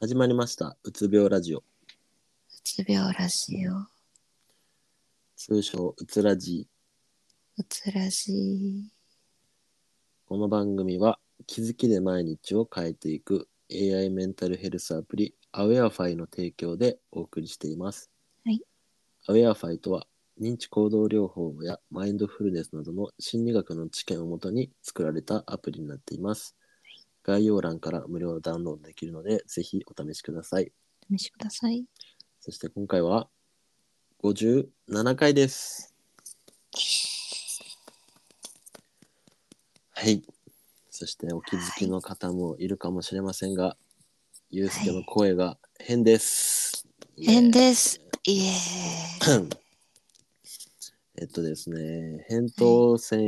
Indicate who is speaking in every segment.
Speaker 1: 始まりました。うつ病ラジオ。
Speaker 2: うつ病らしいよ。
Speaker 1: 通称、うつラジ。
Speaker 2: うつらしい。
Speaker 1: この番組は、気づきで毎日を変えていく AI メンタルヘルスアプリ、アウェアファイの提供でお送りしています。
Speaker 2: はい。
Speaker 1: アウェアファイとは、認知行動療法やマインドフルネスなどの心理学の知見をもとに作られたアプリになっています。概要欄から無料ダウンロードできるので、ぜひお試しください。
Speaker 2: お試しください。
Speaker 1: そして今回は、57回です。はい。そしてお気づきの方もいるかもしれませんが、ゆうすけの声が変です。
Speaker 2: 変
Speaker 1: で
Speaker 2: です。イエーイ。
Speaker 1: えっとですね、扁桃腺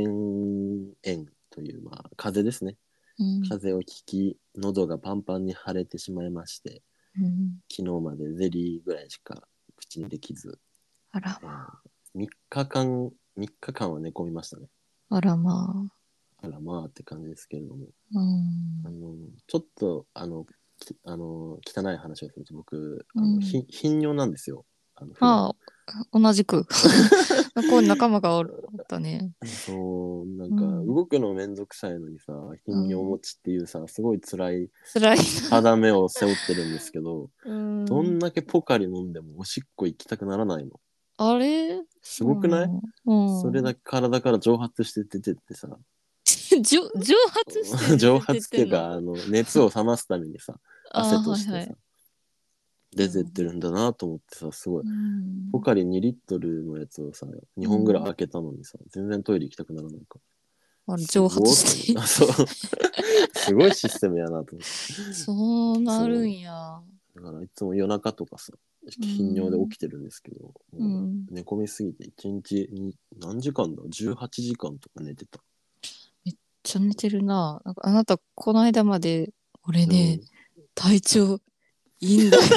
Speaker 1: 炎という、まあ、風邪ですね。
Speaker 2: うん
Speaker 1: 風邪をひき、喉がパンパンに腫れてしまいまして、
Speaker 2: うん、
Speaker 1: 昨日までゼリーぐらいしか口にできず、
Speaker 2: あら
Speaker 1: え、3日間、3日間は寝込みましたね。
Speaker 2: あらま
Speaker 1: あらまあって感じですけれども、
Speaker 2: あ。うん
Speaker 1: あ。のちょっとあのきあの汚い話をすると僕、あ
Speaker 2: う
Speaker 1: の
Speaker 2: ん
Speaker 1: ひ頻尿なんですよ。あの
Speaker 2: ああ、同じく。向こうに仲間がおるおったね。
Speaker 1: 普段そうなんか、
Speaker 2: うん
Speaker 1: 動くのめんどくさいのにさ頻尿持ちっていうさすごい辛い
Speaker 2: 辛い
Speaker 1: 肌目を背負ってるんですけど、
Speaker 2: な。う
Speaker 1: どん
Speaker 2: ん、
Speaker 1: だけポカリ飲んでもおしっこ行きたくならないの。
Speaker 2: あれ
Speaker 1: すごくない、
Speaker 2: うん、
Speaker 1: それだ
Speaker 2: け。
Speaker 1: け体から蒸発して出てってさ
Speaker 2: じょ蒸発して る
Speaker 1: 蒸発っていう
Speaker 2: 出てん
Speaker 1: か
Speaker 2: の
Speaker 1: あの熱を冷ますためにさ
Speaker 2: あ
Speaker 1: 汗としてさ、
Speaker 2: はいはい
Speaker 1: 出てってるんだなと思ってさすごい
Speaker 2: うん
Speaker 1: ポカリ2リットルのやつをさ2本ぐらい開けたのにさ、全然トイレ行きたくならないか
Speaker 2: あ
Speaker 1: ら
Speaker 2: れ蒸発して
Speaker 1: すごいあそうすごいシステムやなと思って
Speaker 2: そうなるんや。
Speaker 1: だからいつも夜中とかさ頻尿で起きてるんですけど、
Speaker 2: う、
Speaker 1: もうん寝込みすぎて1日に何時間だ18時間とか寝てた、
Speaker 2: めっちゃ寝てるな。なんかあなた、この間まで、俺ね、
Speaker 1: うん
Speaker 2: 体調い いんだよ。
Speaker 1: い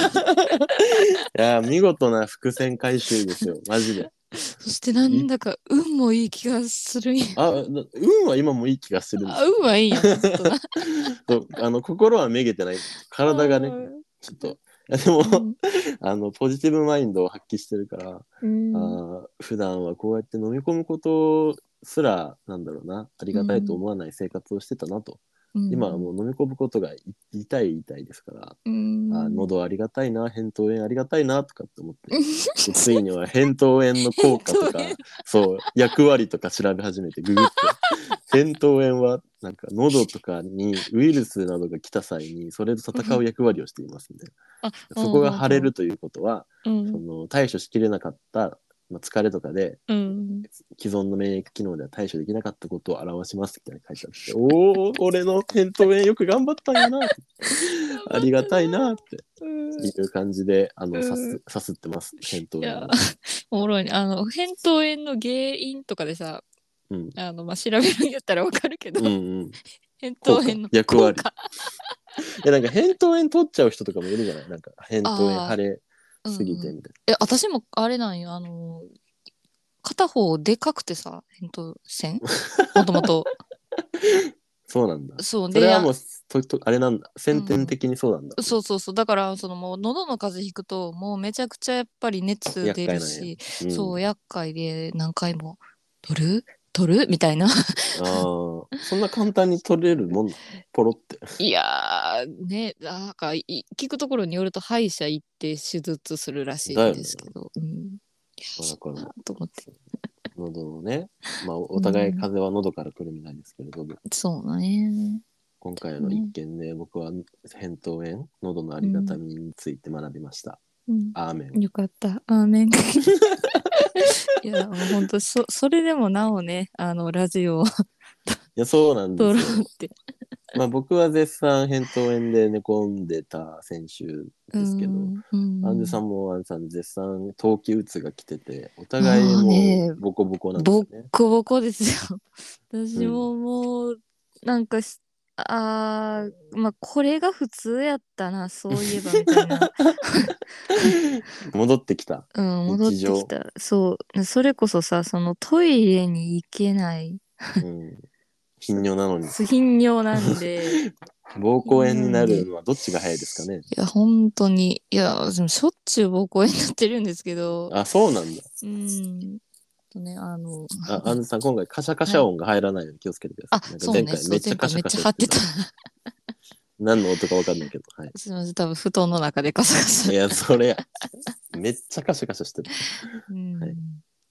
Speaker 1: やー見事な伏線回収ですよマジで
Speaker 2: そしてなんだか運もいい気がするんや。
Speaker 1: あな運は今もいい気がするんです
Speaker 2: あ運はいいんや。ずっとな
Speaker 1: そうあの心はめげてない 体がねちょっといやでも、あのポジティブマインドを発揮してるから、
Speaker 2: うんうん
Speaker 1: あー普段はこうやって飲み込むことすらなんだろうなありがたいと思わない生活をしてたなと、今はもう飲み込むことがい痛い痛いですから、
Speaker 2: うん、
Speaker 1: あー 喉ありがたいな扁桃炎ありがたいなとかって思って
Speaker 2: うん
Speaker 1: でついには扁桃炎の効果とか
Speaker 2: 扁桃炎
Speaker 1: そう役割とか調べ始めてググって扁桃炎はなんか喉とかにウイルスなどが来た際にそれと戦う役割をしていますんで
Speaker 2: あ
Speaker 1: そこが腫れるということは
Speaker 2: う
Speaker 1: そ
Speaker 2: ん
Speaker 1: の対処しきれなかった、まあ、疲れとかで
Speaker 2: うん、
Speaker 1: 既存の免疫機能では対処できなかったことを表しますみたいな書い てあっておお俺の扁桃炎よく頑張ったんやなってありがたいなって
Speaker 2: うん。い
Speaker 1: いう感じであのさ
Speaker 2: う
Speaker 1: す
Speaker 2: ん
Speaker 1: さすってます扁桃炎
Speaker 2: や
Speaker 1: を。
Speaker 2: おもろいねあの扁桃炎の原因とかでさ
Speaker 1: うん
Speaker 2: あの、まあ、調べるんやったらわかるけど、
Speaker 1: うんうん
Speaker 2: 扁桃炎の
Speaker 1: 効果役割
Speaker 2: 効果
Speaker 1: いやなんか扁桃炎取っちゃう人とかもいるじゃないなんか扁桃炎
Speaker 2: あー
Speaker 1: 腫れすぎて
Speaker 2: うん
Speaker 1: みたい
Speaker 2: え私もあれなんよあの片方でかくてさ扁桃 腺もともと
Speaker 1: なそうなんだ
Speaker 2: そ
Speaker 1: そ
Speaker 2: うで
Speaker 1: れはもうととあれなんだ先天的にそうなんだ、
Speaker 2: あそうそうそうだからそのもう喉の風邪ひくともうめちゃくちゃやっぱり熱出るし、
Speaker 1: うん
Speaker 2: そう厄介で何回も取る取るみた いな
Speaker 1: ああそんな簡単に取れるもんなポロって
Speaker 2: いやーねなんかい聞くところによると歯医者行って手術するらしいんですけど、うん、いや
Speaker 1: まあだ
Speaker 2: そ
Speaker 1: か
Speaker 2: う
Speaker 1: ら
Speaker 2: なと思って
Speaker 1: 喉のねまあおお互い風邪は喉から来るみたいですけれども、
Speaker 2: そうね
Speaker 1: 今回の一件で、僕は扁桃炎喉のありがたみについて学びました、
Speaker 2: うん
Speaker 1: アーメン
Speaker 2: よかった。アー メン。いや、もう本当そ、それでもなおね、あの、ラジオを
Speaker 1: いやそうなん
Speaker 2: 撮ろう
Speaker 1: で
Speaker 2: っ
Speaker 1: すよ
Speaker 2: て。
Speaker 1: まあ僕は絶賛扁桃炎で寝込んでた先週ですけど、
Speaker 2: うん、
Speaker 1: アンジュさんもアンジュさん絶賛冬季うつが来ててお互いも
Speaker 2: あーね
Speaker 1: うボコボコなんです
Speaker 2: ボ
Speaker 1: よね
Speaker 2: ッ。コボコですよ。私ももう、なんかし、あーまあ、これが普通やったな、そういえば、みたい な。
Speaker 1: 戻ってきた。
Speaker 2: うん、戻ってきた。そう。それこそさ、そのトイレに行けない、
Speaker 1: うん、頻尿なのに
Speaker 2: 頻尿なんで、
Speaker 1: 膀胱炎になるのはどっちが早いですかね。
Speaker 2: いや本当にいやでもしょっちゅう膀胱炎になってるんですけど
Speaker 1: あ、そうなんだ。
Speaker 2: うんとねあの
Speaker 1: あ、アンズさん、今回カシャカシャ音が入らないように気をつけてくだ
Speaker 2: あ
Speaker 1: さい。なんか
Speaker 2: そうねそう
Speaker 1: めっちゃカシャカシャ
Speaker 2: 前回めっちゃ張ってた
Speaker 1: 何の音かわかんないけど。はい。
Speaker 2: すいません多分布団の中でカサカサ
Speaker 1: いや、それや。めっちゃカシャカシャしてる。
Speaker 2: うん
Speaker 1: はい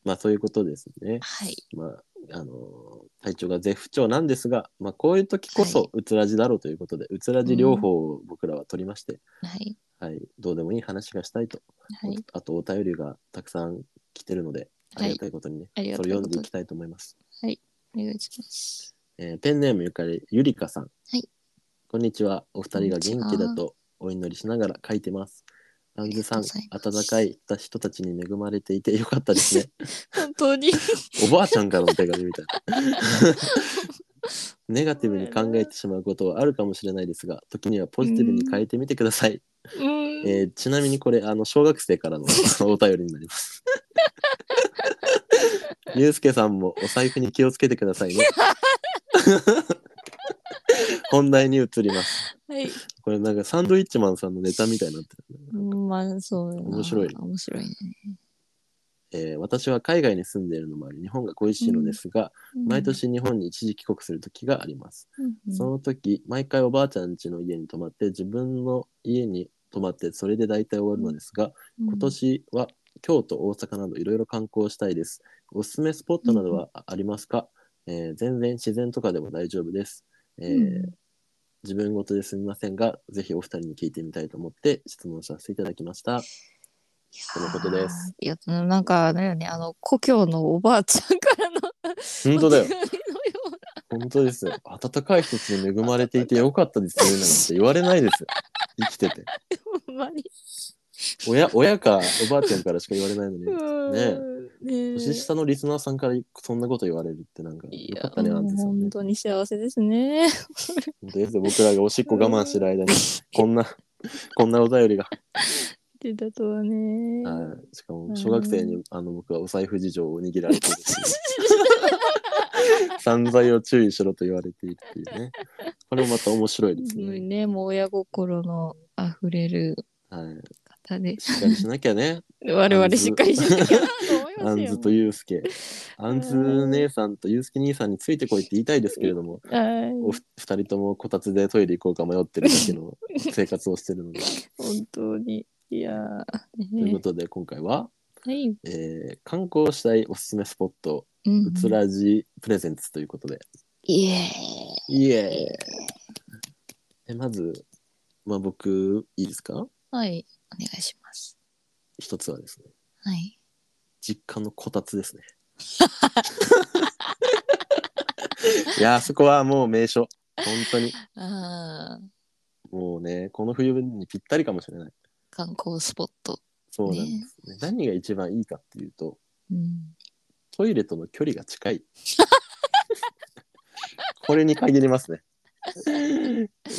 Speaker 1: まあ、そういうことですね。
Speaker 2: はい
Speaker 1: まあ、あのー体調が絶不調なんですが、まあ、こういう時こ
Speaker 2: は
Speaker 1: そ、うつらじだろうということで、うつらじ療法を僕らは取りまして、
Speaker 2: はい
Speaker 1: はい、どうでもいい話がしたいと。
Speaker 2: はい
Speaker 1: あと、お便りがたくさん来てるので、あ
Speaker 2: はい
Speaker 1: りがたいことにね、
Speaker 2: ありが
Speaker 1: そ
Speaker 2: た
Speaker 1: れ
Speaker 2: い
Speaker 1: 読
Speaker 2: こ
Speaker 1: んで
Speaker 2: と
Speaker 1: いきたいと思います。
Speaker 2: お願いします
Speaker 1: えーペンネームゆかりゆりかさん。
Speaker 2: はい
Speaker 1: こんにちは。お二人が
Speaker 2: こんにち
Speaker 1: 元
Speaker 2: は
Speaker 1: 気だとお祈りしながら書いてます。アンズさん、
Speaker 2: ありがとうご
Speaker 1: 温
Speaker 2: ざいます
Speaker 1: かい人たちに恵まれていてよかったですね。
Speaker 2: 本当 に
Speaker 1: おばあちゃんからの手紙みたいな。 ネガティブに考えてしまうことはあるかもしれないですが、時にはポジティブに変えてみてください。
Speaker 2: うん
Speaker 1: えーちなみにこれあの小学生 からのお便りになります。ゆうすけさんもお財布に気をつけてくださ いね。本題に移ります。
Speaker 2: はい
Speaker 1: これなんかサンドウィッチマンさんのネタみたいになってる、
Speaker 2: うんまあそうだな
Speaker 1: 面白い
Speaker 2: 面白いね
Speaker 1: えー私は海外に住んでいるのもあり日本が恋しいのですが、毎年日本に一時帰国する時があります。
Speaker 2: うんうん
Speaker 1: その時毎回おばあちゃん家の家に泊まって自分の家に泊まってそれで大体終わるのですが、
Speaker 2: うん
Speaker 1: 今年は京都大阪などいろいろ観光したいですおすすめスポットなどはありますか、えー全然自然とかでも大丈夫です、えー
Speaker 2: うん
Speaker 1: 自分ごとですみませんがぜひお二人に聞いてみたいと思って質問させていただきましたとのことです
Speaker 2: いやなんかあれだよねあの故郷のおばあちゃんからの
Speaker 1: 本当だ よ
Speaker 2: お手紙のような
Speaker 1: 本当ですよ温かい人たちに恵まれていてよかったですよなんて言われないですよ生きてて
Speaker 2: ほんまに。
Speaker 1: 親親かおばあちゃんからしか言われない のに
Speaker 2: うんねえ
Speaker 1: 年下のリスナーさんからそんなこと言われるってなんか
Speaker 2: い
Speaker 1: よか
Speaker 2: や
Speaker 1: っ、たねなん
Speaker 2: も
Speaker 1: て
Speaker 2: う
Speaker 1: さんね
Speaker 2: 本当に幸せですね。
Speaker 1: 本当ですよ僕らがおしっこ我慢してる間にこんなこんなお便りが、
Speaker 2: ってだとはね。
Speaker 1: はい、しかも小学生にあの僕はお財布事情を握られているという散財を注意しろと言われているっていうねこれもまた面白いですす
Speaker 2: ごい
Speaker 1: ね、
Speaker 2: ね、もう親心の溢れる
Speaker 1: はい、
Speaker 2: 方で、
Speaker 1: しっかりしなきゃね
Speaker 2: 我々しっかりしなきゃなと思い
Speaker 1: あ
Speaker 2: ます
Speaker 1: ん
Speaker 2: よ。
Speaker 1: ずとゆうすけあんず姉さんとゆうすけ兄さんについてこいって言いたいですけれども
Speaker 2: はい
Speaker 1: お二人ともこたつでトイレ行こうか迷ってるだけの生活をしてるので
Speaker 2: 本当に。いやー、
Speaker 1: という
Speaker 2: ね
Speaker 1: こ、とで今回は、
Speaker 2: はい。
Speaker 1: えー観光したいおすすめスポット
Speaker 2: うん
Speaker 1: うつらじプレゼンツということで、
Speaker 2: いえ
Speaker 1: イエーイえまず、まあ、僕いいですか
Speaker 2: はい。お願いします。
Speaker 1: 一つはですね
Speaker 2: はい。
Speaker 1: 実家のこたつ ですねいやあそこはもう名所本当に
Speaker 2: あー
Speaker 1: もうねこの冬にぴったりかもしれない
Speaker 2: 観光スポット。
Speaker 1: そうなんですね何が一番いいかっていうと
Speaker 2: うん。
Speaker 1: トイレとの距離が近い。 これに限りますね。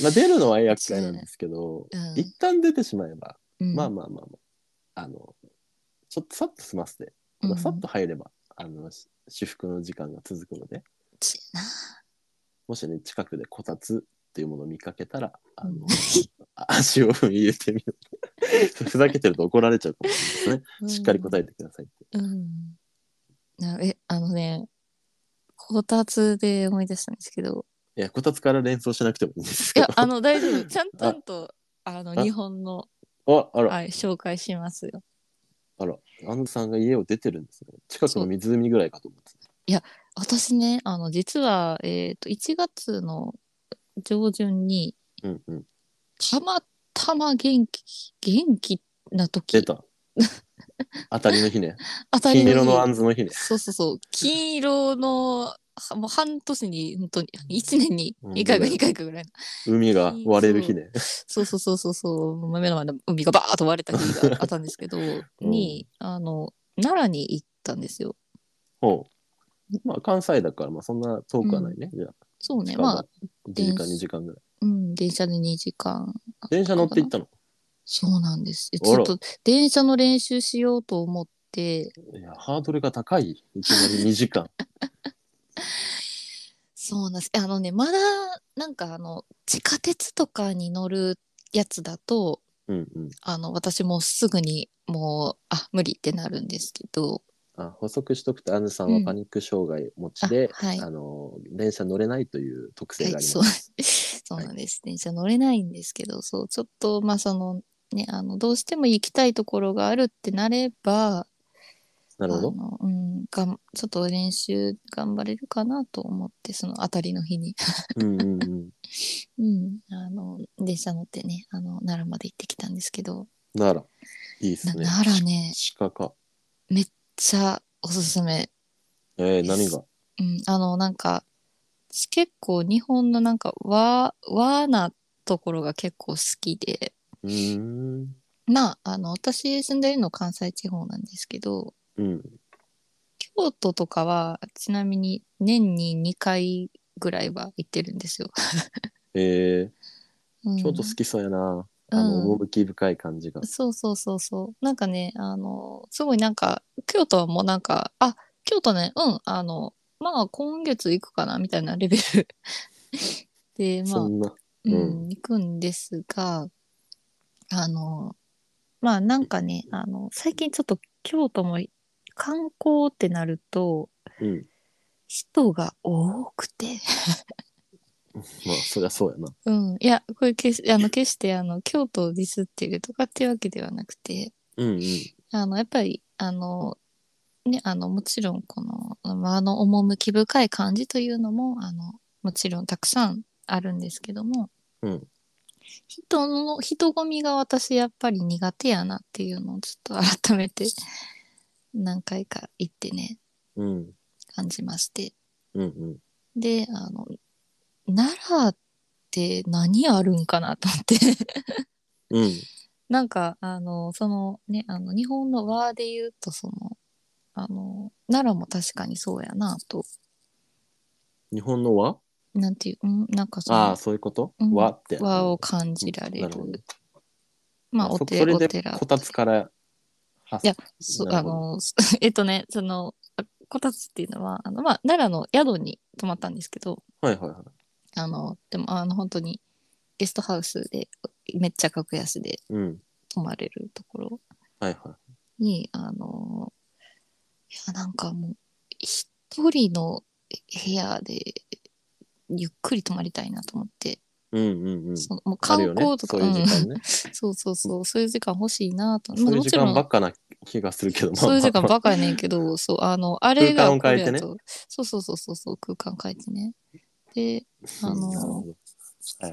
Speaker 1: まあ出るのは厄介なんですけど、
Speaker 2: うん
Speaker 1: 一旦出てしまえば、
Speaker 2: うん
Speaker 1: まあまあまあまあ、あの、ちょっとさっと済ませて、まあさっと入れば、あの、し至福の時間が続くので、
Speaker 2: ちな
Speaker 1: もしね、近くでこたつっていうものを見かけたら、あの
Speaker 2: うん、
Speaker 1: あ 足を踏み入れてみる。 ふざけてると怒られちゃうかもしれないですね。しっかり答えてくださいって。
Speaker 2: うん。なえ、あのね、こたつで思い出したんですけど、
Speaker 1: いや、こたつから連想しなくてもいいんです
Speaker 2: い
Speaker 1: けど
Speaker 2: や、。あの、大丈 夫。ちゃんと、ち
Speaker 1: あ
Speaker 2: ゃんと、あの、
Speaker 1: あ
Speaker 2: 日本の、
Speaker 1: あ、あら。
Speaker 2: はい、紹介しますよ。
Speaker 1: あら、アンズさんが家を出てるんですね。近くの湖ぐらいかと思ってた。
Speaker 2: 私ね、あの、実は、えっ、と、1月の上旬に、
Speaker 1: うんうん。
Speaker 2: たまたま元気、元気な
Speaker 1: 出
Speaker 2: 時、
Speaker 1: た。当たりの日ね。
Speaker 2: 当たり
Speaker 1: 金
Speaker 2: の
Speaker 1: 色のア
Speaker 2: 日
Speaker 1: ンズの日ね。
Speaker 2: そうそうそう、金色の、はもう半年に、本当に、1年に1回か2回かぐらいの
Speaker 1: 海が割れる日ね。
Speaker 2: そうそうそうそうそう目の前の海がバーッと割れた日があったんです けど、にあの奈良に行ったんですよ。
Speaker 1: ほ う。まあ、関西だから、まあ、そんな遠くはないね。じゃあ、
Speaker 2: そうね
Speaker 1: 近場
Speaker 2: まあ、
Speaker 1: 1時間、2時間ぐらい。
Speaker 2: うん、電車で2時間
Speaker 1: 電車乗って行ったの。
Speaker 2: そうなんですえ
Speaker 1: あ
Speaker 2: ちょ
Speaker 1: ら
Speaker 2: っと電車の練習しようと思って
Speaker 1: いや、ハードルが高い。いきなり2時間。
Speaker 2: そうなんですあのねまだなんかあの地下鉄とかに乗るやつだと
Speaker 1: うんうん。
Speaker 2: あの私もうすぐにもうあ無理ってなるんですけど
Speaker 1: あ補足しとくとアンヌさんはパニック障害持ちで、
Speaker 2: うんあはい
Speaker 1: の電車乗れないという特性があります。
Speaker 2: はい、そうそうなんです、電車乗れないんですけどそうちょっとまあそのねあのどうしても行きたいところがあるってなれば
Speaker 1: なるほど
Speaker 2: あ。の、うん、がんちょっと練習頑張れるかなと思ってその当たりの日に、
Speaker 1: うんうんうん。
Speaker 2: うん、あの電車乗ってねあの奈良まで行ってきたんですけど、
Speaker 1: ならいいで
Speaker 2: な
Speaker 1: すね。
Speaker 2: 奈良ね
Speaker 1: 鹿か。
Speaker 2: めっちゃおすすめ、
Speaker 1: えー、何が
Speaker 2: うん、あのなんか結構日本のなんか和和なところが結構好きで。
Speaker 1: うーん。
Speaker 2: まあ、あの、私住んでるの関西地方なんですけど、
Speaker 1: うん。
Speaker 2: 京都とかは、ちなみに年に2回ぐらいは行ってるんですよ。
Speaker 1: え
Speaker 2: うん
Speaker 1: ー、京都好きそうやな。あの、
Speaker 2: うん
Speaker 1: 趣深い感じが。
Speaker 2: そうそうそうそう。なんかね、あの、すごいなんか、京都はもうなんか、あ、京都ね、うん、あの、まあ今月行くかな、みたいなレベル で、まあ
Speaker 1: そ、んな。
Speaker 2: う
Speaker 1: うん
Speaker 2: ん、行くんですが、あの、まあなんかね、あの、最近ちょっと京都も観光ってなると、
Speaker 1: うん。
Speaker 2: 人が多くて、
Speaker 1: まあ、そりゃそうやな。
Speaker 2: うん、いや、これ決しあの決してあの京都をディスってるとかっていうわけではなくて、
Speaker 1: うんうん。
Speaker 2: あの、やっぱり、あの、ね、あの、もちろんこの、まああの趣深い感じというのも、あの、もちろんたくさんあるんですけども、
Speaker 1: うん。
Speaker 2: 人の人混みが私やっぱり苦手やなっていうのをちょっと改めて何回か行ってね
Speaker 1: うん。
Speaker 2: 感じまして
Speaker 1: うんうん。
Speaker 2: であの奈良って何あるんかなと思って
Speaker 1: うん。
Speaker 2: なんかあのそのねあの日本の和で言うとそのあの奈良も確かにそうやなと
Speaker 1: 日本の和
Speaker 2: なんていう、うん、なんかそ
Speaker 1: ああ、
Speaker 2: の
Speaker 1: そういうこと、
Speaker 2: うん
Speaker 1: 和って。
Speaker 2: 和を感じられ
Speaker 1: な
Speaker 2: る
Speaker 1: るほど
Speaker 2: まあお
Speaker 1: そ
Speaker 2: 寺
Speaker 1: それ
Speaker 2: お
Speaker 1: で
Speaker 2: 寺
Speaker 1: こたつから発
Speaker 2: いやそう
Speaker 1: な
Speaker 2: あ
Speaker 1: るほど
Speaker 2: の、 すえっとね、その、あこたつっていうのは、あの、まあ、奈良の宿に泊まったんですけど、
Speaker 1: はいはいは
Speaker 2: あの、でも、あの、本当にゲストハウスで、めっちゃ格安で
Speaker 1: い。うん。
Speaker 2: 泊まれるところ
Speaker 1: はいは
Speaker 2: に、あの、いや、なんかもう、一人の部屋で、ゆっくり泊まりたいなと思って、
Speaker 1: い。うんうんうん。
Speaker 2: そのもう
Speaker 1: あ
Speaker 2: 観
Speaker 1: るよね
Speaker 2: 光。とか、
Speaker 1: そういう時間ね。
Speaker 2: うんそうそうそう、そういう時間欲しいなと。
Speaker 1: そういう
Speaker 2: も
Speaker 1: 時
Speaker 2: ちろ
Speaker 1: 間
Speaker 2: ん
Speaker 1: ばっかな気がするけど、まあ
Speaker 2: そういう時間
Speaker 1: まあ
Speaker 2: バカやねんけど、そう、あの、あ
Speaker 1: 空
Speaker 2: れが
Speaker 1: 間を変えてね
Speaker 2: これやとそうそうそうそうそう、空間変えてね。で、
Speaker 1: まあ
Speaker 2: あの
Speaker 1: なるほどはいはい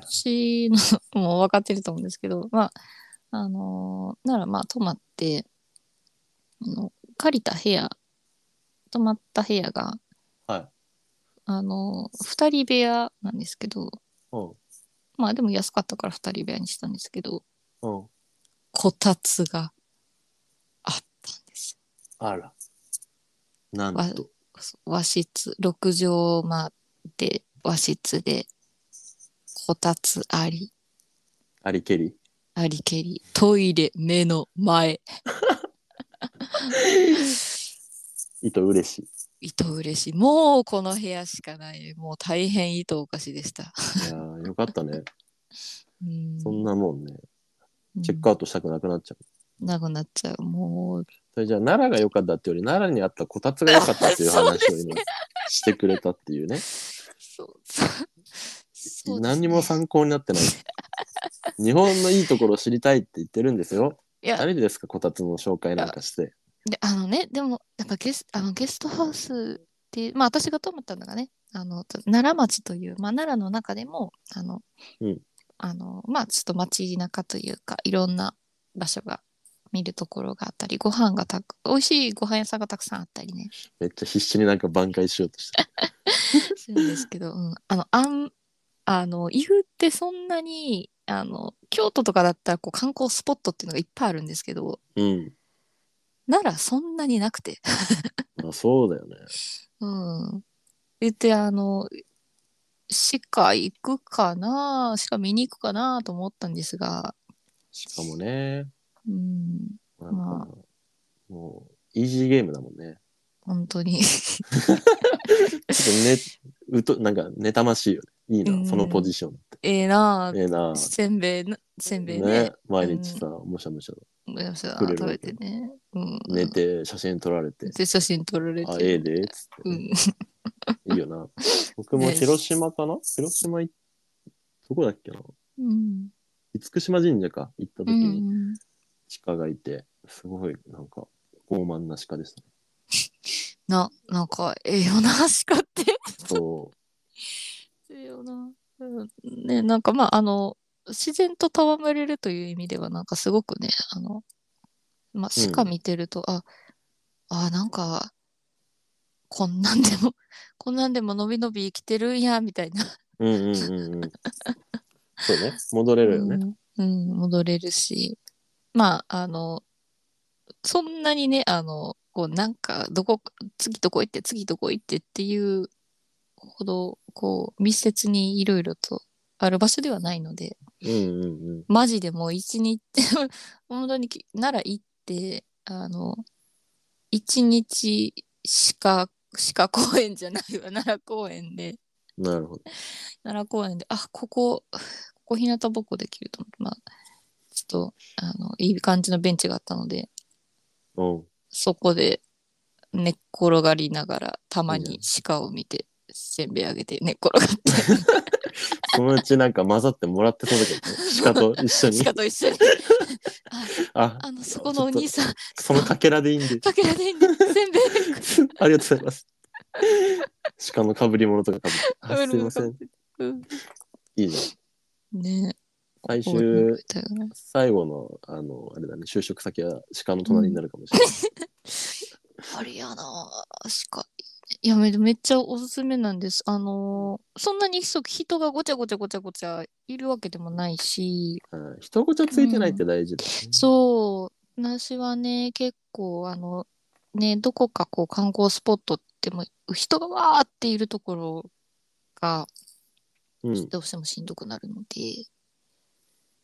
Speaker 2: 私の、もう分かってると思うんですけど、 まあ、あのならまあ、泊まって、あの、借りた部屋、泊まった部屋が、
Speaker 1: はい。
Speaker 2: あの二人部屋なんですけど、
Speaker 1: うん
Speaker 2: まあでも安かったから二人部屋にしたんですけど、
Speaker 1: うん。
Speaker 2: こたつがあったんです
Speaker 1: あら。なんと。
Speaker 2: 和室6畳間で和室でこたつあり
Speaker 1: ありけり。
Speaker 2: ありけりトイレ目の前
Speaker 1: 糸嬉しい。
Speaker 2: 糸嬉しいもうこの部屋しかないもう大変糸おかしでした
Speaker 1: いやーよかったね。
Speaker 2: うん
Speaker 1: そんなもんね。チェックアウトしたくなくなっちゃう。
Speaker 2: うんなくなっちゃうもう
Speaker 1: それじゃあ奈良が良かったってより奈良にあったこたつが良かったっていう
Speaker 2: そう
Speaker 1: 話
Speaker 2: です
Speaker 1: を
Speaker 2: ね
Speaker 1: 今してくれたっていうね
Speaker 2: そうそうそうですね
Speaker 1: 何にも参考にな ってない日本のいいところを知りたいって言ってるんですよ
Speaker 2: いや
Speaker 1: 誰ですかこたつの紹介なんかして
Speaker 2: であのねでもやっぱゲスあのゲストハウスってまあ私が泊まったのがねあのと奈良町という、まあ、奈良の中でもあの、
Speaker 1: うん
Speaker 2: あのまあちょっと町中というかいろんな場所が見るところがあったりご飯がたく美味しいご飯屋さんがたくさんあったりね
Speaker 1: めっちゃ必死になんか挽回しようとして
Speaker 2: するんですけど、うん、あのあんあの言うてそんなにあの京都とかだったらこう観光スポットっていうのがいっぱいあるんですけど
Speaker 1: うん、
Speaker 2: 奈良そんなになくて
Speaker 1: まあ、そうだよね
Speaker 2: うん。言って、あの、鹿行くかな鹿見に行くかなと思ったんですが、
Speaker 1: しかもね
Speaker 2: うん。
Speaker 1: なんか
Speaker 2: ま
Speaker 1: もうイージーゲームだもんね
Speaker 2: 本当に。
Speaker 1: ちょっと ね、うと、なんか、妬ましいよね。いい
Speaker 2: うん
Speaker 1: な、そのポジションって。
Speaker 2: ええなあ
Speaker 1: ええな。
Speaker 2: せんべいな、せんべいね
Speaker 1: ね。。毎日さ、むしゃむしゃ
Speaker 2: うんそう
Speaker 1: くれる
Speaker 2: 食
Speaker 1: わ
Speaker 2: べ
Speaker 1: け
Speaker 2: てね。うん。
Speaker 1: 寝て、写真撮られて、
Speaker 2: で、写真撮られて。
Speaker 1: あ、ええで、つって
Speaker 2: う。ん。
Speaker 1: いいよ な。僕も
Speaker 2: ね
Speaker 1: 広島かな広島行っどこだっけな
Speaker 2: うん。
Speaker 1: 厳島神社か行った
Speaker 2: う
Speaker 1: 時に
Speaker 2: ん。
Speaker 1: 鹿がいて、すごいなんか傲慢な鹿で したね。
Speaker 2: な、なんか、ええよな、鹿って。
Speaker 1: そう。
Speaker 2: ええよな。うんね、なんかまあ、あの、自然と戯れるという意味では、なんかすごくね、あの、まあ、
Speaker 1: うん
Speaker 2: 鹿見てると、あ、あ、なんか、こんなんでも、 こんなんでものびのび生きてるんや、みたいな。
Speaker 1: うんうんうんうん。そうね。戻れるよね。
Speaker 2: うん、うん戻れるし、まあ、あの、そんなにね、あの、こう、なんか、どこ、次どこ行って、次どこ行ってっていうほど、こう、密接にいろいろとある場所ではないので、
Speaker 1: うんうんうん。
Speaker 2: マジでもう一日、 本当にき、なら行って、あの、一日しか、しか公園じゃないわ、奈良公園で、
Speaker 1: なるほど。
Speaker 2: 奈良公園で、あ、ここ、ここ日向ぼっこできると思って、まあ、ちょっと、あの、いい感じのベンチがあったので、
Speaker 1: うん。
Speaker 2: そこで寝っ転がりながら、たま
Speaker 1: いい
Speaker 2: に
Speaker 1: ね
Speaker 2: 鹿を見て、せんべいあげて寝っ転がっ
Speaker 1: そのうちなんか混ざってもらってそうだけどね。鹿 と一緒
Speaker 2: て、
Speaker 1: に。
Speaker 2: 鹿と一緒に、あ、
Speaker 1: あ、
Speaker 2: あの、そこのお兄さん、
Speaker 1: そのかけらでいいんで。
Speaker 2: かけられんね、せんべい。
Speaker 1: ありがとうございます。鹿の被り物とか被って。あすいません。
Speaker 2: うん
Speaker 1: いいじゃん。
Speaker 2: ね
Speaker 1: 最終、最後の、あの、あれだね、就職先は鹿の隣になるかもしれない。
Speaker 2: あれやなしかいやめめっちゃおすすめなんですあのーそんなにそ人がごちゃごちゃごちゃごちゃいるわけでもないし
Speaker 1: うん人ごちゃついてないって大事だ、ね
Speaker 2: そう私はね結構あのねどこかこう観光スポットっても人がわーっているところが
Speaker 1: うん。
Speaker 2: どうしてもしんどくなるので、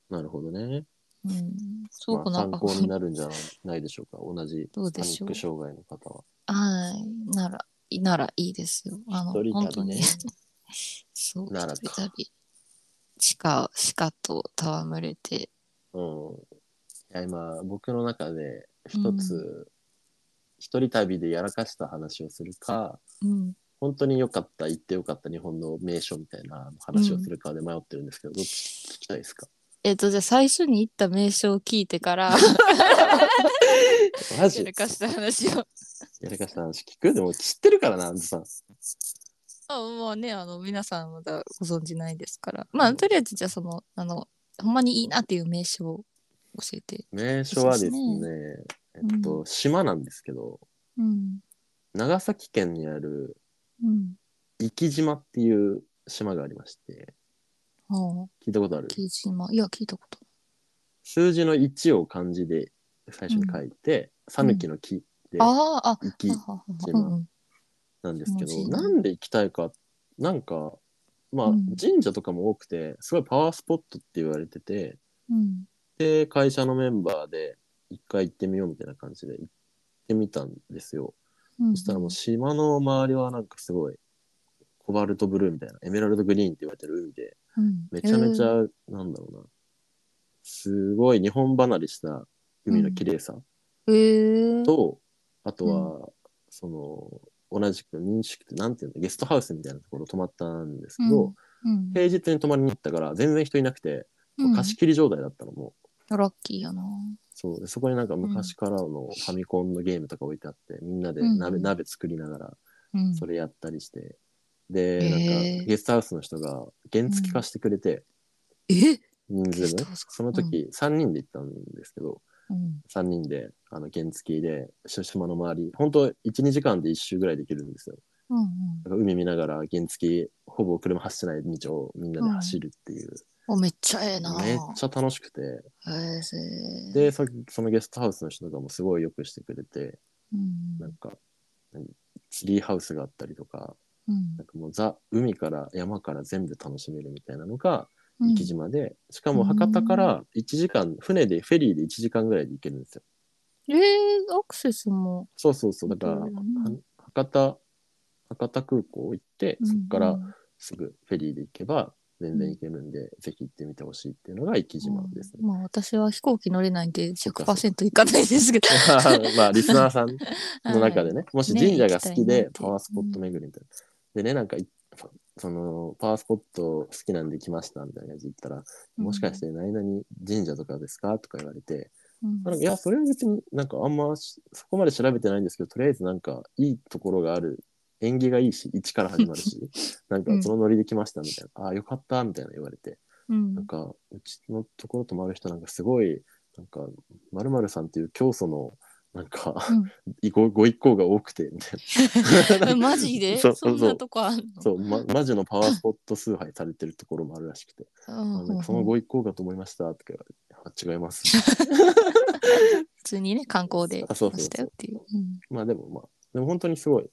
Speaker 1: なるほどね。
Speaker 2: うん、すごく
Speaker 1: まあ
Speaker 2: な
Speaker 1: 参
Speaker 2: ん
Speaker 1: 考
Speaker 2: か、
Speaker 1: になるんじゃないでしょうか。同じ
Speaker 2: どう
Speaker 1: パ
Speaker 2: で
Speaker 1: ニ
Speaker 2: しょ
Speaker 1: ッ
Speaker 2: う
Speaker 1: ク障害の方は。
Speaker 2: はいならならいいですよあの
Speaker 1: 一人
Speaker 2: 本当
Speaker 1: 旅
Speaker 2: に
Speaker 1: ね。
Speaker 2: そう、一
Speaker 1: 奈
Speaker 2: 人
Speaker 1: 良か
Speaker 2: 旅。鹿、鹿と戯れて。
Speaker 1: うん。いや、今、僕の中で一つ、一人旅でやらかした話をするか、
Speaker 2: うん。
Speaker 1: 本当に良かった、行って良かった日本の名所みたいな話をするかで迷ってるんですけど、どっち聞きたいですか
Speaker 2: えっと、じゃあ最初に行った名所を聞いてから、
Speaker 1: マジ
Speaker 2: やらかした話を。
Speaker 1: やらかした話聞くでも知ってるからな、あんずさん。
Speaker 2: あもうね、あの、皆さんまだご存知ないですから。まあ、とりあえず、じゃあその、あの、ほんまにいいなっていう名所を教えて。
Speaker 1: 名所はですね、
Speaker 2: そうで
Speaker 1: えっと、
Speaker 2: う
Speaker 1: 島なんですけど、
Speaker 2: うん。
Speaker 1: 長崎県にある
Speaker 2: うん。
Speaker 1: 壱岐島っていう島がありまして、
Speaker 2: はあ、
Speaker 1: 聞いたことある
Speaker 2: 木島。いや、聞いたこと
Speaker 1: 数字の1を漢字で最初に書いて、讃岐の木で
Speaker 2: ない。ああ、あ、
Speaker 1: 壱岐
Speaker 2: はあはあはあ
Speaker 1: 木
Speaker 2: う
Speaker 1: 島
Speaker 2: んうん。
Speaker 1: なんですけど、
Speaker 2: うんうん
Speaker 1: なんで行きたいか、なんか、まあ
Speaker 2: うん、
Speaker 1: 神社とかも多くて、すごいパワースポットって言われてて、
Speaker 2: うん。
Speaker 1: で、会社のメンバーで一回行ってみようみたいな感じで行ってみたんですよ。
Speaker 2: うん、
Speaker 1: そしたらもう島の周りはなんかすごい、コバルトブルーみたいな、エメラルドグリーンって言われてる海で、
Speaker 2: うん、
Speaker 1: めちゃめち
Speaker 2: えー
Speaker 1: ゃ、なんだろうな、すごい日本離れした海の綺麗さ
Speaker 2: えー、
Speaker 1: と、あとは、その、同じく民宿って、なんていうの、ゲストハウスみたいなところ泊まったんですけど、
Speaker 2: うん、
Speaker 1: 平日に泊まりに行ったから、全然人いなくて、
Speaker 2: うん、
Speaker 1: 貸し切り状態だったのも、
Speaker 2: ラッキーやな。
Speaker 1: そうでそこになんか昔からのファミコンのゲームとか置いてあって、みんなで
Speaker 2: う
Speaker 1: 鍋
Speaker 2: ん
Speaker 1: 鍋作りながら
Speaker 2: うん、
Speaker 1: それやったりして、で、
Speaker 2: へー
Speaker 1: なんかゲストハウスの人が原付化してくれて、
Speaker 2: え、
Speaker 1: 人
Speaker 2: ゲ
Speaker 1: 数
Speaker 2: スト
Speaker 1: 分
Speaker 2: ハウスか
Speaker 1: その時3人で行ったんですけど、
Speaker 2: うん、
Speaker 1: 3人であの原付で島の周り本当12時間で1周ぐらいできるんですよ
Speaker 2: うん、うん、
Speaker 1: だから海見ながら原付ほぼ車走ってない道をみんなで走るっていう、
Speaker 2: お、めっちゃええな。
Speaker 1: めっちゃ楽しくて
Speaker 2: ゃええせー
Speaker 1: で、そそのゲストハウスの人とかもすごいよくしてくれて
Speaker 2: うん、
Speaker 1: なんか何ツリーハウスがあったりとか
Speaker 2: うん
Speaker 1: なん、かもうザ海から山から全部楽しめるみたいなのが
Speaker 2: うん
Speaker 1: 壱岐島で、しかも博多から1時間、船でフェリーで1時間ぐらいで行けるんですよ。
Speaker 2: えー、アクセスも。
Speaker 1: そうそうそうだから、
Speaker 2: う
Speaker 1: は
Speaker 2: ん
Speaker 1: 博多博多空港行ってそこか
Speaker 2: う
Speaker 1: ら
Speaker 2: ん
Speaker 1: すぐフェリーで行けば全然行けるんで、ぜひ行ってみてほしいっていうのが生き島ですね。
Speaker 2: まあ私は飛行機乗れないんで
Speaker 1: かそ
Speaker 2: 100%行かないで すけど。
Speaker 1: まあリスナーさんの中
Speaker 2: はい
Speaker 1: でね、もし
Speaker 2: ね
Speaker 1: 神社が好き
Speaker 2: 行きたい
Speaker 1: で、
Speaker 2: なって
Speaker 1: パワースポット巡りみたいな。でね、なんかい、その、パワースポット好きなんで来ましたみたいな感じで言ったら、もしかして何々神社とかですかとか言われて、
Speaker 2: うん
Speaker 1: なんかいや、それは別になんかあんましそこまで調べてないんですけど、とりあえずなんかいいところがある、縁起がいいし、1から始まるし、 なんかそのノリで来ましたみたいな、ああ、よかったみたいな言われて、
Speaker 2: うん
Speaker 1: なんか、うちのところ泊まる人なんかすごい、なんか、まるさんっていう教祖の、なんか、 いごご一行が多くて、みた いな。
Speaker 2: マジで
Speaker 1: そう
Speaker 2: そ
Speaker 1: そうん
Speaker 2: なとこあんの
Speaker 1: そう、ま、マジのパワースポット崇拝されてるところもあるらしくて、
Speaker 2: うん
Speaker 1: あなんかそのご一行かと思いましたとか言われて、あ違います。
Speaker 2: 普通にね、観光で
Speaker 1: あそうそうそう
Speaker 2: したよっていう。うん
Speaker 1: まあでもまあ、でも本当にすごい、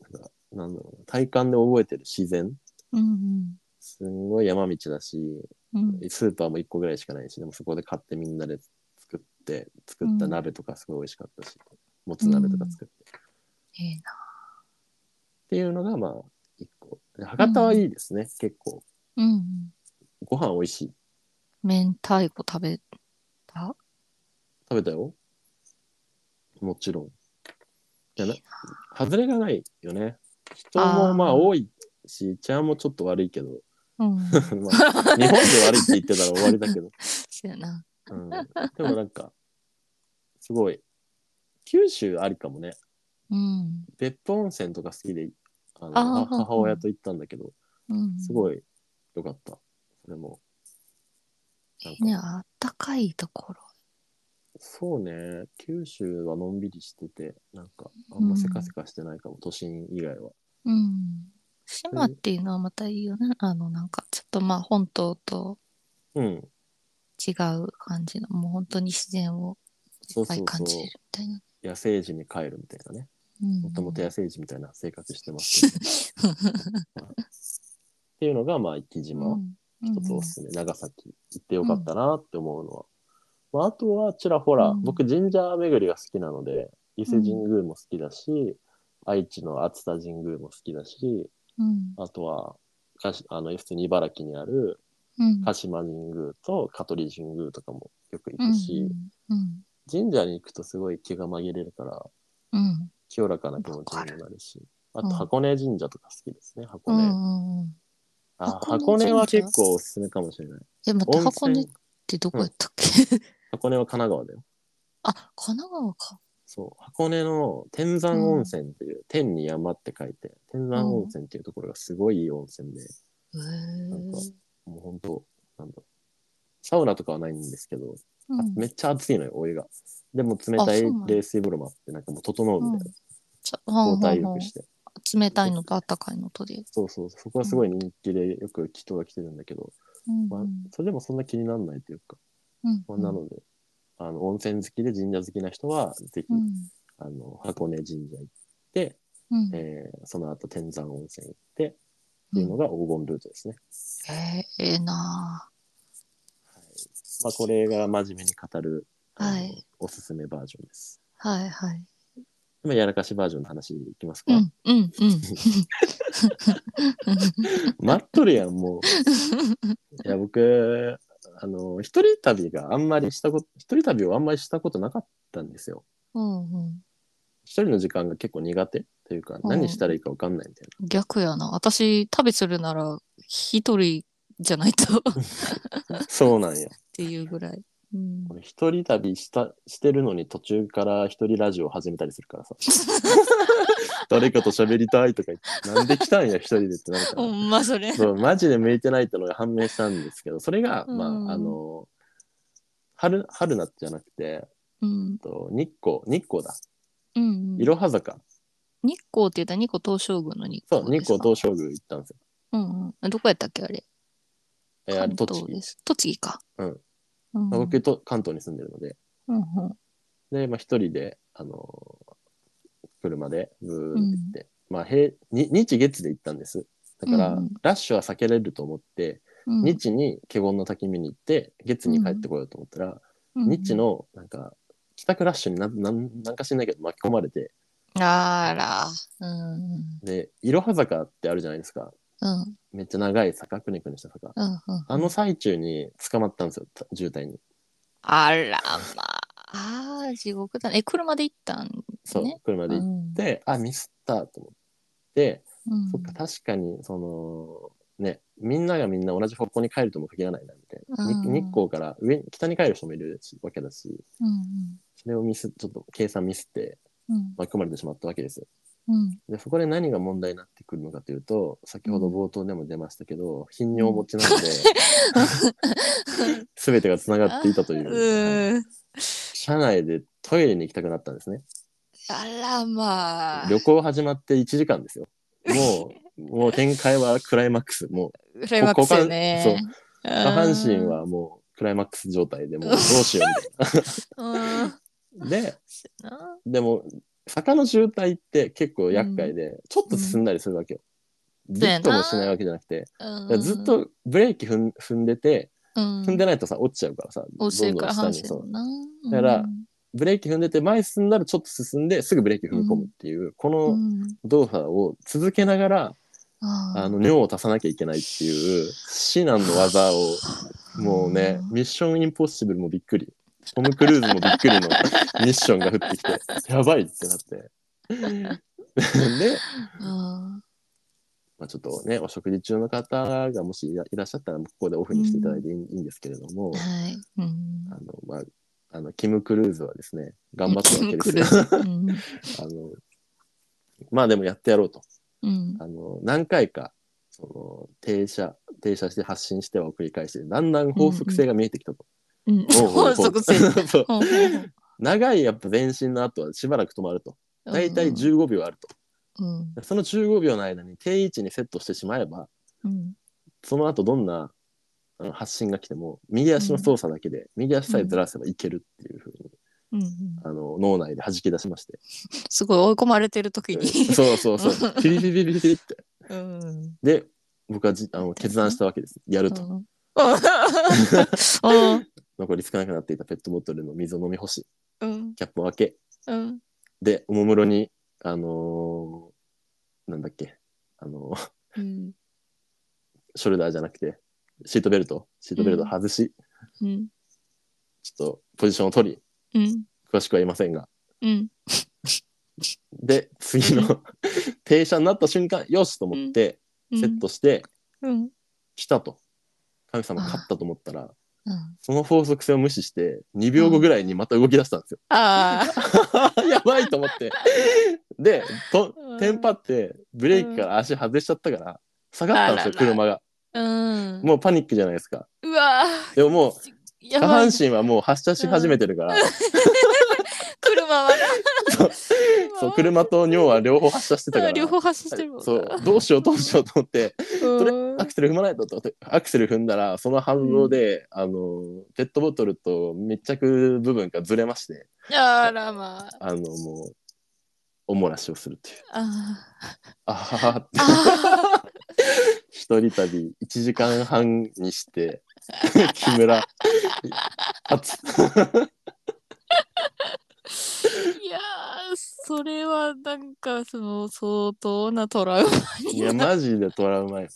Speaker 1: なんかなんだろうな、体感で覚えてる自然、
Speaker 2: うん
Speaker 1: すんごい山道だし、
Speaker 2: うんうん
Speaker 1: スーパーも一個ぐらいしかないし、でもそこで買ってみんなで作って、作った鍋とかすごい美味しかったし、もつ鍋とか作って。
Speaker 2: ええな
Speaker 1: っていうのがまあ一個で博多はいいですね、結構
Speaker 2: うんうん
Speaker 1: ご飯美味しい
Speaker 2: 明太子食べた
Speaker 1: 食べたよもちろんいやな外れがないよね人もま
Speaker 2: あ
Speaker 1: あ
Speaker 2: ー
Speaker 1: 多いし治安もちょっと悪いけど、
Speaker 2: うん
Speaker 1: まあ、日本で悪いって言ってたら終わりだけど、
Speaker 2: そうやな。
Speaker 1: うん、でもなんかすごい九州ありかもね
Speaker 2: うん
Speaker 1: 別府温泉とか好きであの
Speaker 2: あー
Speaker 1: 母母親と行ったんだけど
Speaker 2: うん
Speaker 1: すごい良かったそれもなんか
Speaker 2: ね、あったかいところ。
Speaker 1: そうね、九州はのんびりしてて、なんかあんませかせかしてないかも、都心以外は。
Speaker 2: うん。島っていうのはまたいいよね。あの、なんか、ちょっとまあ、本島と
Speaker 1: うん、
Speaker 2: 違う感じの、もう本当に自然をい
Speaker 1: そ
Speaker 2: っ
Speaker 1: う
Speaker 2: ぱ
Speaker 1: そ
Speaker 2: いう感
Speaker 1: そ
Speaker 2: じ
Speaker 1: う
Speaker 2: れ。るみたいな。
Speaker 1: 野生児に帰るみたいなね。
Speaker 2: うん
Speaker 1: もともと野生児みたいな生活してますけど。 っていうのが、まあ、生島、一つおすすめ。長崎、行ってよかったなって思うのは。まあ、あとは、ちらほら、
Speaker 2: うん
Speaker 1: 僕、神社巡りが好きなので、伊勢神宮も好きだし、愛知の熱田神宮も好きだし、
Speaker 2: うん
Speaker 1: あとは、かしあの普通に茨城にある
Speaker 2: うん
Speaker 1: 鹿島神宮と香取神宮とかもよく行くし、
Speaker 2: うんうん
Speaker 1: 神社に行くとすごい気が紛れるから
Speaker 2: うん
Speaker 1: 清らかな気持ちにもなるしあ
Speaker 2: る
Speaker 1: と箱根神社とか好きですね
Speaker 2: う
Speaker 1: 箱
Speaker 2: んう
Speaker 1: 根、
Speaker 2: んうん
Speaker 1: あ
Speaker 2: 箱
Speaker 1: 箱
Speaker 2: 根神社
Speaker 1: 根は結構おすすめかもしれない
Speaker 2: え、待って、
Speaker 1: 温
Speaker 2: 箱根っ
Speaker 1: 泉
Speaker 2: てどこやったっけ
Speaker 1: 箱根は神奈川だよ
Speaker 2: あ、神奈川か。
Speaker 1: そう箱根の天山温泉っていう、天に山って書いて天山温泉っていうところがすごいいい温泉で、
Speaker 2: へ
Speaker 1: なんか
Speaker 2: ー
Speaker 1: もうほんとなんだろうサウナとかはないんですけど、
Speaker 2: う
Speaker 1: あ
Speaker 2: ん
Speaker 1: めっちゃ暑いのよお湯がでも冷たい
Speaker 2: あそうなんだ
Speaker 1: 冷水風呂もあってなんかもう整うみたいな、
Speaker 2: ちょほん
Speaker 1: 交
Speaker 2: ほ
Speaker 1: 代
Speaker 2: ん
Speaker 1: よ
Speaker 2: ほん
Speaker 1: くして。
Speaker 2: 冷たいのとあったかいのとで。
Speaker 1: そうそう、そこはすごい人気でよく人が来てるんだけど、
Speaker 2: うん
Speaker 1: まあ、それでもそんな気にならないというか、
Speaker 2: うん
Speaker 1: まあ、なので、あの、温泉好きで神社好きな人は、ぜひ、
Speaker 2: うん
Speaker 1: あの、箱根神社行って、
Speaker 2: うん
Speaker 1: えーその後天山温泉行って、っていうのが黄金ルートですね。
Speaker 2: えええな
Speaker 1: まあ、これが真面目に語る、あの
Speaker 2: はい
Speaker 1: おすすめバージョンです。
Speaker 2: あはいはい。
Speaker 1: 今、やらかしバージョンの話いきますか。
Speaker 2: うんうんうん。
Speaker 1: 待っとるやん、 もう。いや、僕、あの、一人旅があんまりしたこと、一人旅をあんまりしたことなかったんですよ。
Speaker 2: うんうん。
Speaker 1: 一人の時間が結構苦手というか、
Speaker 2: うん
Speaker 1: 何したらいいか分かんないみたい
Speaker 2: 逆やな。私、旅するなら、一人じゃないとっ
Speaker 1: な。そうなんや。
Speaker 2: ていうぐらい。うん、
Speaker 1: 俺一人旅した、してるのに途中から一人ラジオ始めたりするから さ。誰かと喋りたいとか言って、なんで来たんや、一人でってなるから
Speaker 2: ほ。んまそれ。
Speaker 1: そうマジで向いてないってのが判明したんですけど、それが、ま
Speaker 2: うん
Speaker 1: あ、あの、春、春夏じゃなくて、
Speaker 2: うん。
Speaker 1: と日光日光だ
Speaker 2: うん、
Speaker 1: いろは坂
Speaker 2: 日光って言ったら日光東照宮の日
Speaker 1: そう日
Speaker 2: 光ですか
Speaker 1: 光東照宮行ったんですよ
Speaker 2: うんうん。どこやったっけあれ。
Speaker 1: えーあれ
Speaker 2: 関
Speaker 1: 栃
Speaker 2: 東
Speaker 1: 木
Speaker 2: です。栃木か。
Speaker 1: うん。
Speaker 2: うん、
Speaker 1: 僕と関東に住んでるので
Speaker 2: うんうん
Speaker 1: でまあ一人であのー車でブーって行って、まあ平に日月で行ったんですだから、
Speaker 2: うんうん
Speaker 1: ラッシュは避けれると思って、
Speaker 2: うん、
Speaker 1: 日に華厳の滝見に行って月に帰ってこようと思ったら、
Speaker 2: うん
Speaker 1: 日、のなんか帰宅ラッシュになんなんなんかしないけど巻き込まれて
Speaker 2: あら。うん。
Speaker 1: で、いろは坂ってあるじゃないですか。
Speaker 2: うん。
Speaker 1: めっちゃ長い坂、くねくねした坂。
Speaker 2: うん。うん。
Speaker 1: あの最中に捕まったんですよ、た渋滞に。
Speaker 2: あら、まあ。ああ、地獄だね。え、車で行ったん
Speaker 1: そう、
Speaker 2: ね
Speaker 1: 車で行っ
Speaker 2: ん
Speaker 1: て、あ、ミスったと思って、
Speaker 2: うん
Speaker 1: そっか、確かに、その、ね、みんながみんな同じ方向に帰るとも限らないな、みたいな。に
Speaker 2: うん
Speaker 1: 日光から上、北に帰る人もいるしわけだし、
Speaker 2: うん
Speaker 1: それをミス、ちょっと計算ミスって
Speaker 2: うん
Speaker 1: 巻き込まれてしまったわけですよ。
Speaker 2: うん
Speaker 1: で、そこで何が問題になってくるのかというと、先ほど冒頭でも出ましたけど、頻尿持ち なので、全てが繋がっていたという。
Speaker 2: うん。
Speaker 1: 車内でトイレに行きたくなったんですね。
Speaker 2: あらまあ。
Speaker 1: 旅行始まって1時間ですよ。もう、もう展開はクライマックス。も
Speaker 2: クライマックスよね。
Speaker 1: ここう、下
Speaker 2: 下
Speaker 1: 半身。はもうクライマックス状態でもうどうしよう
Speaker 2: うん。
Speaker 1: みたいな。 で、
Speaker 2: そうやな
Speaker 1: でも、坂の渋滞って結構厄介で、ちょっと進んだりするわけよ。ずっともしないわけじゃなくて、だからずっ、とブレーキ踏ん踏んでて、
Speaker 2: 踏
Speaker 1: 踏んでないとさ、落ちちゃうからさ、
Speaker 2: 落ちるから
Speaker 1: 下
Speaker 2: 半
Speaker 1: に。
Speaker 2: 身
Speaker 1: そ
Speaker 2: だ
Speaker 1: う
Speaker 2: な。
Speaker 1: だから
Speaker 2: うん
Speaker 1: ブレーキ踏んでて、前進んだらちょっと進んで、すぐブレーキ踏み込むっていう、こ
Speaker 2: う
Speaker 1: の
Speaker 2: ん
Speaker 1: 動作を続けながら、あ
Speaker 2: あ
Speaker 1: の尿を足さなきゃいけないっていう至難の技をもうねミッションインポッシブルもびっくりトム・クルーズもびっくり のミッションが降ってきてやばいってなってで、
Speaker 2: あ
Speaker 1: まあ、ちょっとねお食事中の方がもしいらいらっしゃったらここでオフにしていただいていい,、ん、ですけれども
Speaker 2: ーはい。うん
Speaker 1: あの、まあ、あのキム・クルーズはですね頑張ったわけですよ
Speaker 2: キムクルーズうん
Speaker 1: あのまあでもやってやろうと
Speaker 2: うん
Speaker 1: あの何回かその停車停車して発信しては繰り返してだんだん法則性が見えてきたと。
Speaker 2: うん法則性。
Speaker 1: そう
Speaker 2: ほうほうほう
Speaker 1: 長いやっぱ前進の後はしばらく止まると大体15秒あると、
Speaker 2: うん
Speaker 1: その15秒の間に定位置にセットしてしまえば
Speaker 2: うん
Speaker 1: その後どんなあの発信が来ても右足の操作だけで、右足さえずらせばいけるっていうふうに、
Speaker 2: うんうん
Speaker 1: あの脳内で弾き出しまして
Speaker 2: すごい追い込まれてる時に。
Speaker 1: そうそうそう ピリピリピリピリって
Speaker 2: うんうん
Speaker 1: で僕はじあの決断したわけですやると、
Speaker 2: うん
Speaker 1: 残り少なくなっていたペットボトルの水を飲み干し
Speaker 2: うん
Speaker 1: キャップを開け
Speaker 2: うん
Speaker 1: でおもむろにあのーなんだっけあのー
Speaker 2: うん
Speaker 1: ショルダーじゃなくてシートベルトシートベルト外し、
Speaker 2: うん
Speaker 1: ちょっとポジションを取り
Speaker 2: うん
Speaker 1: 詳しくは言いませんが
Speaker 2: うん
Speaker 1: で次の停車になった瞬間よしと思って
Speaker 2: うん
Speaker 1: セットして
Speaker 2: うん
Speaker 1: 来たと神様勝ったと思ったら
Speaker 2: うん
Speaker 1: その法則性を無視して2秒後ぐらいにまた動き出したんですよ。
Speaker 2: ああ
Speaker 1: やばいと思ってでと
Speaker 2: うん
Speaker 1: テンパってブレーキから足外しちゃったから下がったんですよ
Speaker 2: あらら
Speaker 1: 車が。
Speaker 2: うん
Speaker 1: もうパニックじゃないですか。
Speaker 2: うわ
Speaker 1: でももう
Speaker 2: ーや
Speaker 1: 下
Speaker 2: ばい
Speaker 1: 半身はもう発車し始めてるから、
Speaker 2: 車は
Speaker 1: そうそう車と尿は両方発車してたから
Speaker 2: 両方発射してるもんな
Speaker 1: そうどうしようどうしようと思って
Speaker 2: うん
Speaker 1: とりアクセル踏まないとと思ってアクセル踏んだらその反動で、あのペットボトルと密着部分がずれまして
Speaker 2: あらまあ
Speaker 1: あのもうお漏らしをするっていう
Speaker 2: あ
Speaker 1: あはははって
Speaker 2: ーあ
Speaker 1: 一人旅1時間半にして 木村初
Speaker 2: ーいやーそれはなんかその相当なトラウマ
Speaker 1: いやマジでトラウマよ。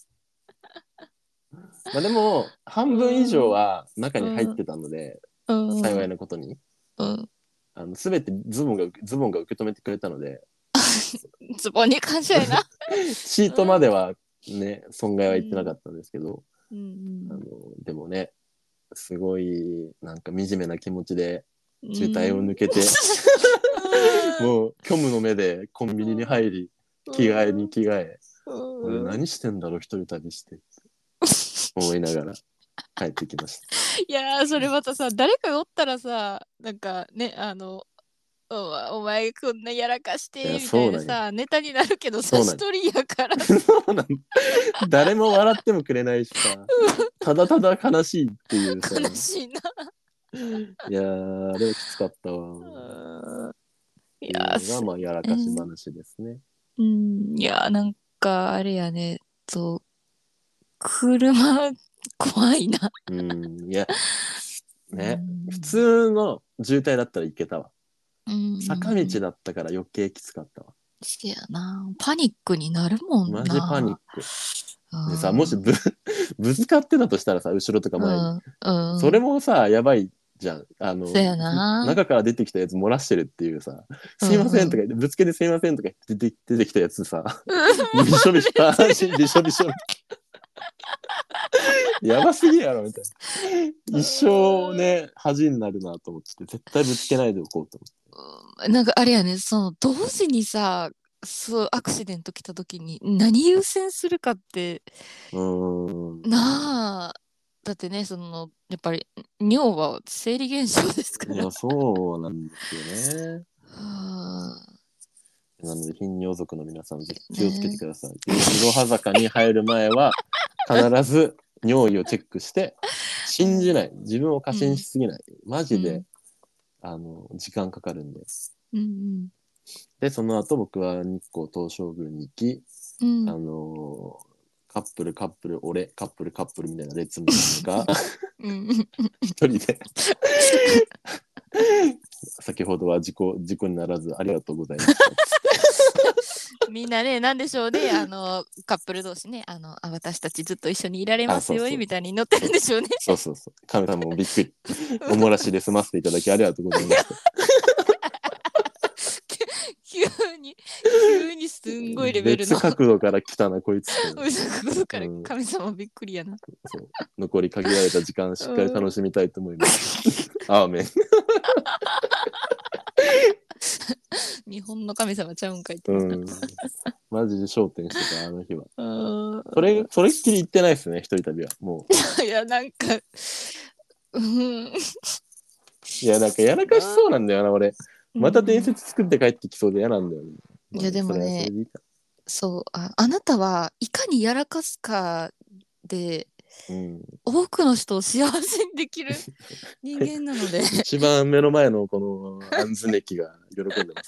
Speaker 1: まあでも半分以上は中に入ってたので、
Speaker 2: うん
Speaker 1: 幸いなことに
Speaker 2: うん
Speaker 1: あの全てズボンがズボンが受け止めてくれたので
Speaker 2: ズボンに感謝やな
Speaker 1: シートまではね、損害は言ってなかったんですけど、
Speaker 2: うん
Speaker 1: あのでもねすごいなんか惨めな気持ちで
Speaker 2: うん
Speaker 1: 渋滞を抜けて、もう虚無の目でコンビニに入り着替えに着替え、
Speaker 2: うん
Speaker 1: 俺何してんだろう一人旅して って思いながら帰ってきました。
Speaker 2: いやーそれまたさ誰かがおったらさなんかねあのおお前こんなやらかして
Speaker 1: いや
Speaker 2: みたいな
Speaker 1: そう
Speaker 2: さネタになるけどさ
Speaker 1: そうな
Speaker 2: 一
Speaker 1: んよ
Speaker 2: 人やから
Speaker 1: そうなの誰も笑ってもくれないしさただただ悲しいっていうさ
Speaker 2: 悲しいな。
Speaker 1: いやーあれはきつかったわ
Speaker 2: うんい
Speaker 1: い
Speaker 2: やー
Speaker 1: うのがまあやらかし話ですね、
Speaker 2: うん、いや、なんか、あれやね、そう、車、怖いな。
Speaker 1: うんいやね
Speaker 2: うん
Speaker 1: 普通の渋滞だったらいけたわ
Speaker 2: うん
Speaker 1: 坂道だったから余計きつかったわ。
Speaker 2: せやな。パニックになるもんな。
Speaker 1: マジでパニック。
Speaker 2: ク
Speaker 1: でさ、もしぶ ぶつかってたとしたらさ、後ろとか前に。
Speaker 2: うん。うん、
Speaker 1: それもさ、やばいじゃん。あの、
Speaker 2: そうやな
Speaker 1: 中から出てきたやつ漏らしてるっていうさ、すいませんとか言って、ぶつけてすいませんとか言って出て出てきたやつさ、びしょ びしょ、下半身びしょびしょ。 やばすぎやろみたいな。一生ね、恥になるなと思って、絶対ぶつけないでおこうと思って。
Speaker 2: なんかあれやね、その同時にさ、そうアクシデント来た時に何優先するかって
Speaker 1: うーん。
Speaker 2: なあだってねそのやっぱり尿は生理現象ですか
Speaker 1: い
Speaker 2: ら
Speaker 1: や、そうなんですよね。
Speaker 2: はあ
Speaker 1: なので、頻尿族の皆さん、ぜひ気をつけてください。いろは坂に入る前は、必ず尿意をチェックして、信じない。自分を過信しすぎない。マジで、
Speaker 2: うん
Speaker 1: あの、時間かかるんです。
Speaker 2: うん
Speaker 1: で、その後、僕は日光東照宮に行き、
Speaker 2: うん
Speaker 1: あのーカップル、カップル、俺、カップル、カップルみたいな列みたい なのが、
Speaker 2: うん
Speaker 1: 一人で。先ほどは事故、事故にならず、ありがとうございま した。
Speaker 2: みんなねなんでしょうねあのカップル同士ねあのあ私たちずっと一緒にいられます
Speaker 1: あ
Speaker 2: よ
Speaker 1: そうそ
Speaker 2: うに
Speaker 1: う
Speaker 2: みたいに乗ってるんでしょうね
Speaker 1: そうそうそう。カメさんもびっくり。お漏らしで済ませていただきありがとうございました。
Speaker 2: 急に急にすんごいレベルの
Speaker 1: 別角度から来たな、こいつって。
Speaker 2: 嘘から
Speaker 1: うん
Speaker 2: 神様びっくりやな
Speaker 1: そう残り限られた時間、しっかり楽しみたいと思い ます。アーメン。
Speaker 2: 日本の神様ちゃうんかいって
Speaker 1: うん。マジで焦点してた、あの日は。
Speaker 2: うん
Speaker 1: それ、それっきり行ってないですね、一人旅は。もう。
Speaker 2: いやなんかうん
Speaker 1: いや、なんかやらかしそうなんだよな、俺。また伝説作って帰ってきそうで嫌なんだよね。
Speaker 2: いやでもね
Speaker 1: まあそれはそれでいいか
Speaker 2: そうああなたはいかにやらかすかで
Speaker 1: うん、
Speaker 2: 多くの人を幸せにでき る人間なので
Speaker 1: 一番目の前のこのアンズネキが喜んでま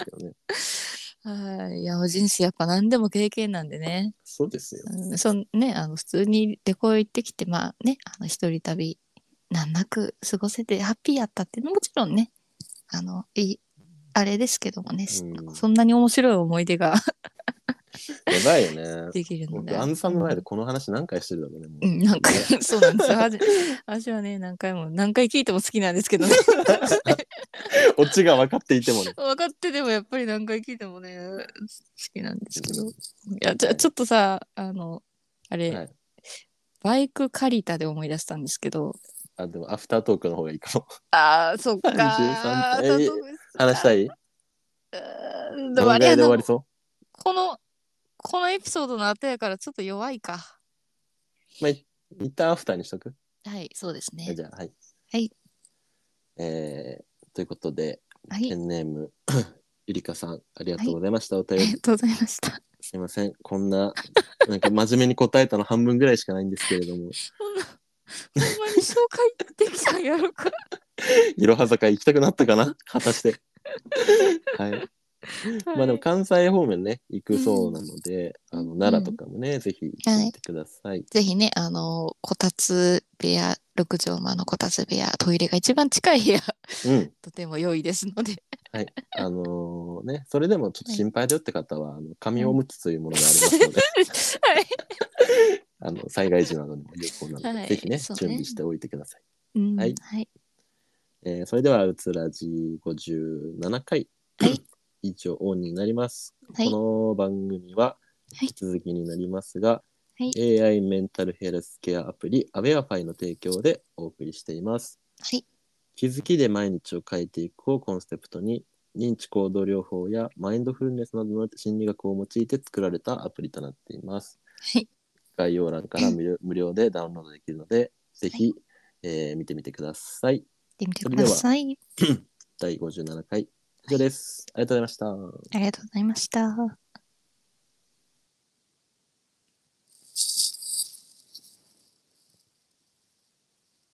Speaker 1: すけどね。
Speaker 2: はいいや人生やっぱ何でも経験なんでね,、
Speaker 1: そうですよ。
Speaker 2: うん、そんねあの普通に旅行行ってきてまあねあの一人旅難なく過ごせてハッピーやったっていうのももちろんねあのいいあれですけどもね、
Speaker 1: うん
Speaker 2: そんなに面白い思い出が
Speaker 1: やばいよね。
Speaker 2: できるので
Speaker 1: 僕、アンサム前でこの話何回してるだろうね。もう
Speaker 2: うん、なんか そうなんですよ。はじ私はね、何回も、何回聞いても好きなんですけ どね。
Speaker 1: オチが分かっていてもね。
Speaker 2: 分かってても、やっぱり何回聞いてもね、好きなんですけど。いや、じゃあちょっとさ、あの、あれ、
Speaker 1: はい
Speaker 2: バイク借りたで思い出したんですけど。
Speaker 1: あ、でもアフタートークの方がいいかも。
Speaker 2: ああ、そ っか。
Speaker 1: 33
Speaker 2: だと
Speaker 1: 話した い
Speaker 2: あーで
Speaker 1: ど
Speaker 2: も
Speaker 1: の
Speaker 2: あ
Speaker 1: ぐら
Speaker 2: れ
Speaker 1: いで終わ
Speaker 2: あの
Speaker 1: りそ
Speaker 2: この、このエピソードの後やからちょっと弱いか。
Speaker 1: うまあ、い一旦アフターにしとく。
Speaker 2: はい、そうです
Speaker 1: はい
Speaker 2: ね。
Speaker 1: じゃあ、はい。
Speaker 2: はい。
Speaker 1: えー、ということで、
Speaker 2: はい
Speaker 1: ペ、ンネーム、 ゆりかさん、ありがとうございました。お
Speaker 2: あ
Speaker 1: 便
Speaker 2: り
Speaker 1: り
Speaker 2: が。とうございました。
Speaker 1: すいません。こんな、なんか真面目に答えたの半分ぐらいしかないんですけれども、
Speaker 2: ほんまに紹介できたんやろか。
Speaker 1: いろは坂行きたくなったかな果たして。はい。まあでも関西方面ね、行くそうなので、
Speaker 2: うん
Speaker 1: あの奈良とかもね、ぜひ行ってみてください。
Speaker 2: ぜひね、あの、こたつ部屋、六畳間のこたつ部屋、トイレが一番近い部屋、
Speaker 1: うん。
Speaker 2: とても良いですので。
Speaker 1: はい、あのね、それでもちょっと心配だよって方は、あの紙おむつというものがありますので、
Speaker 2: はい。
Speaker 1: あの災害時などにも有効なので、
Speaker 2: はい
Speaker 1: ぜひね
Speaker 2: そうね
Speaker 1: 準備しておいてください。
Speaker 2: うん
Speaker 1: はい
Speaker 2: はい。
Speaker 1: えーそれではうつらじ57回、
Speaker 2: はい
Speaker 1: 以上オンになります。
Speaker 2: はい
Speaker 1: この番組は
Speaker 2: はい
Speaker 1: 引き続きになりますが、
Speaker 2: は
Speaker 1: AI メンタルヘルスケアアプリアベアファイの提供でお送りしています。
Speaker 2: はい。
Speaker 1: 気づきで毎日を変えていくをコンセプトに認知行動療法やマインドフルネスなどの心理学を用いて作られたアプリとなっています。
Speaker 2: はい。
Speaker 1: 概要欄から無料無料でダウンロードできるので、ぜひ、えー見てみてください。
Speaker 2: 見てみてください。
Speaker 1: 第57回以上です。ありがとうございました。
Speaker 2: ありがとうございました。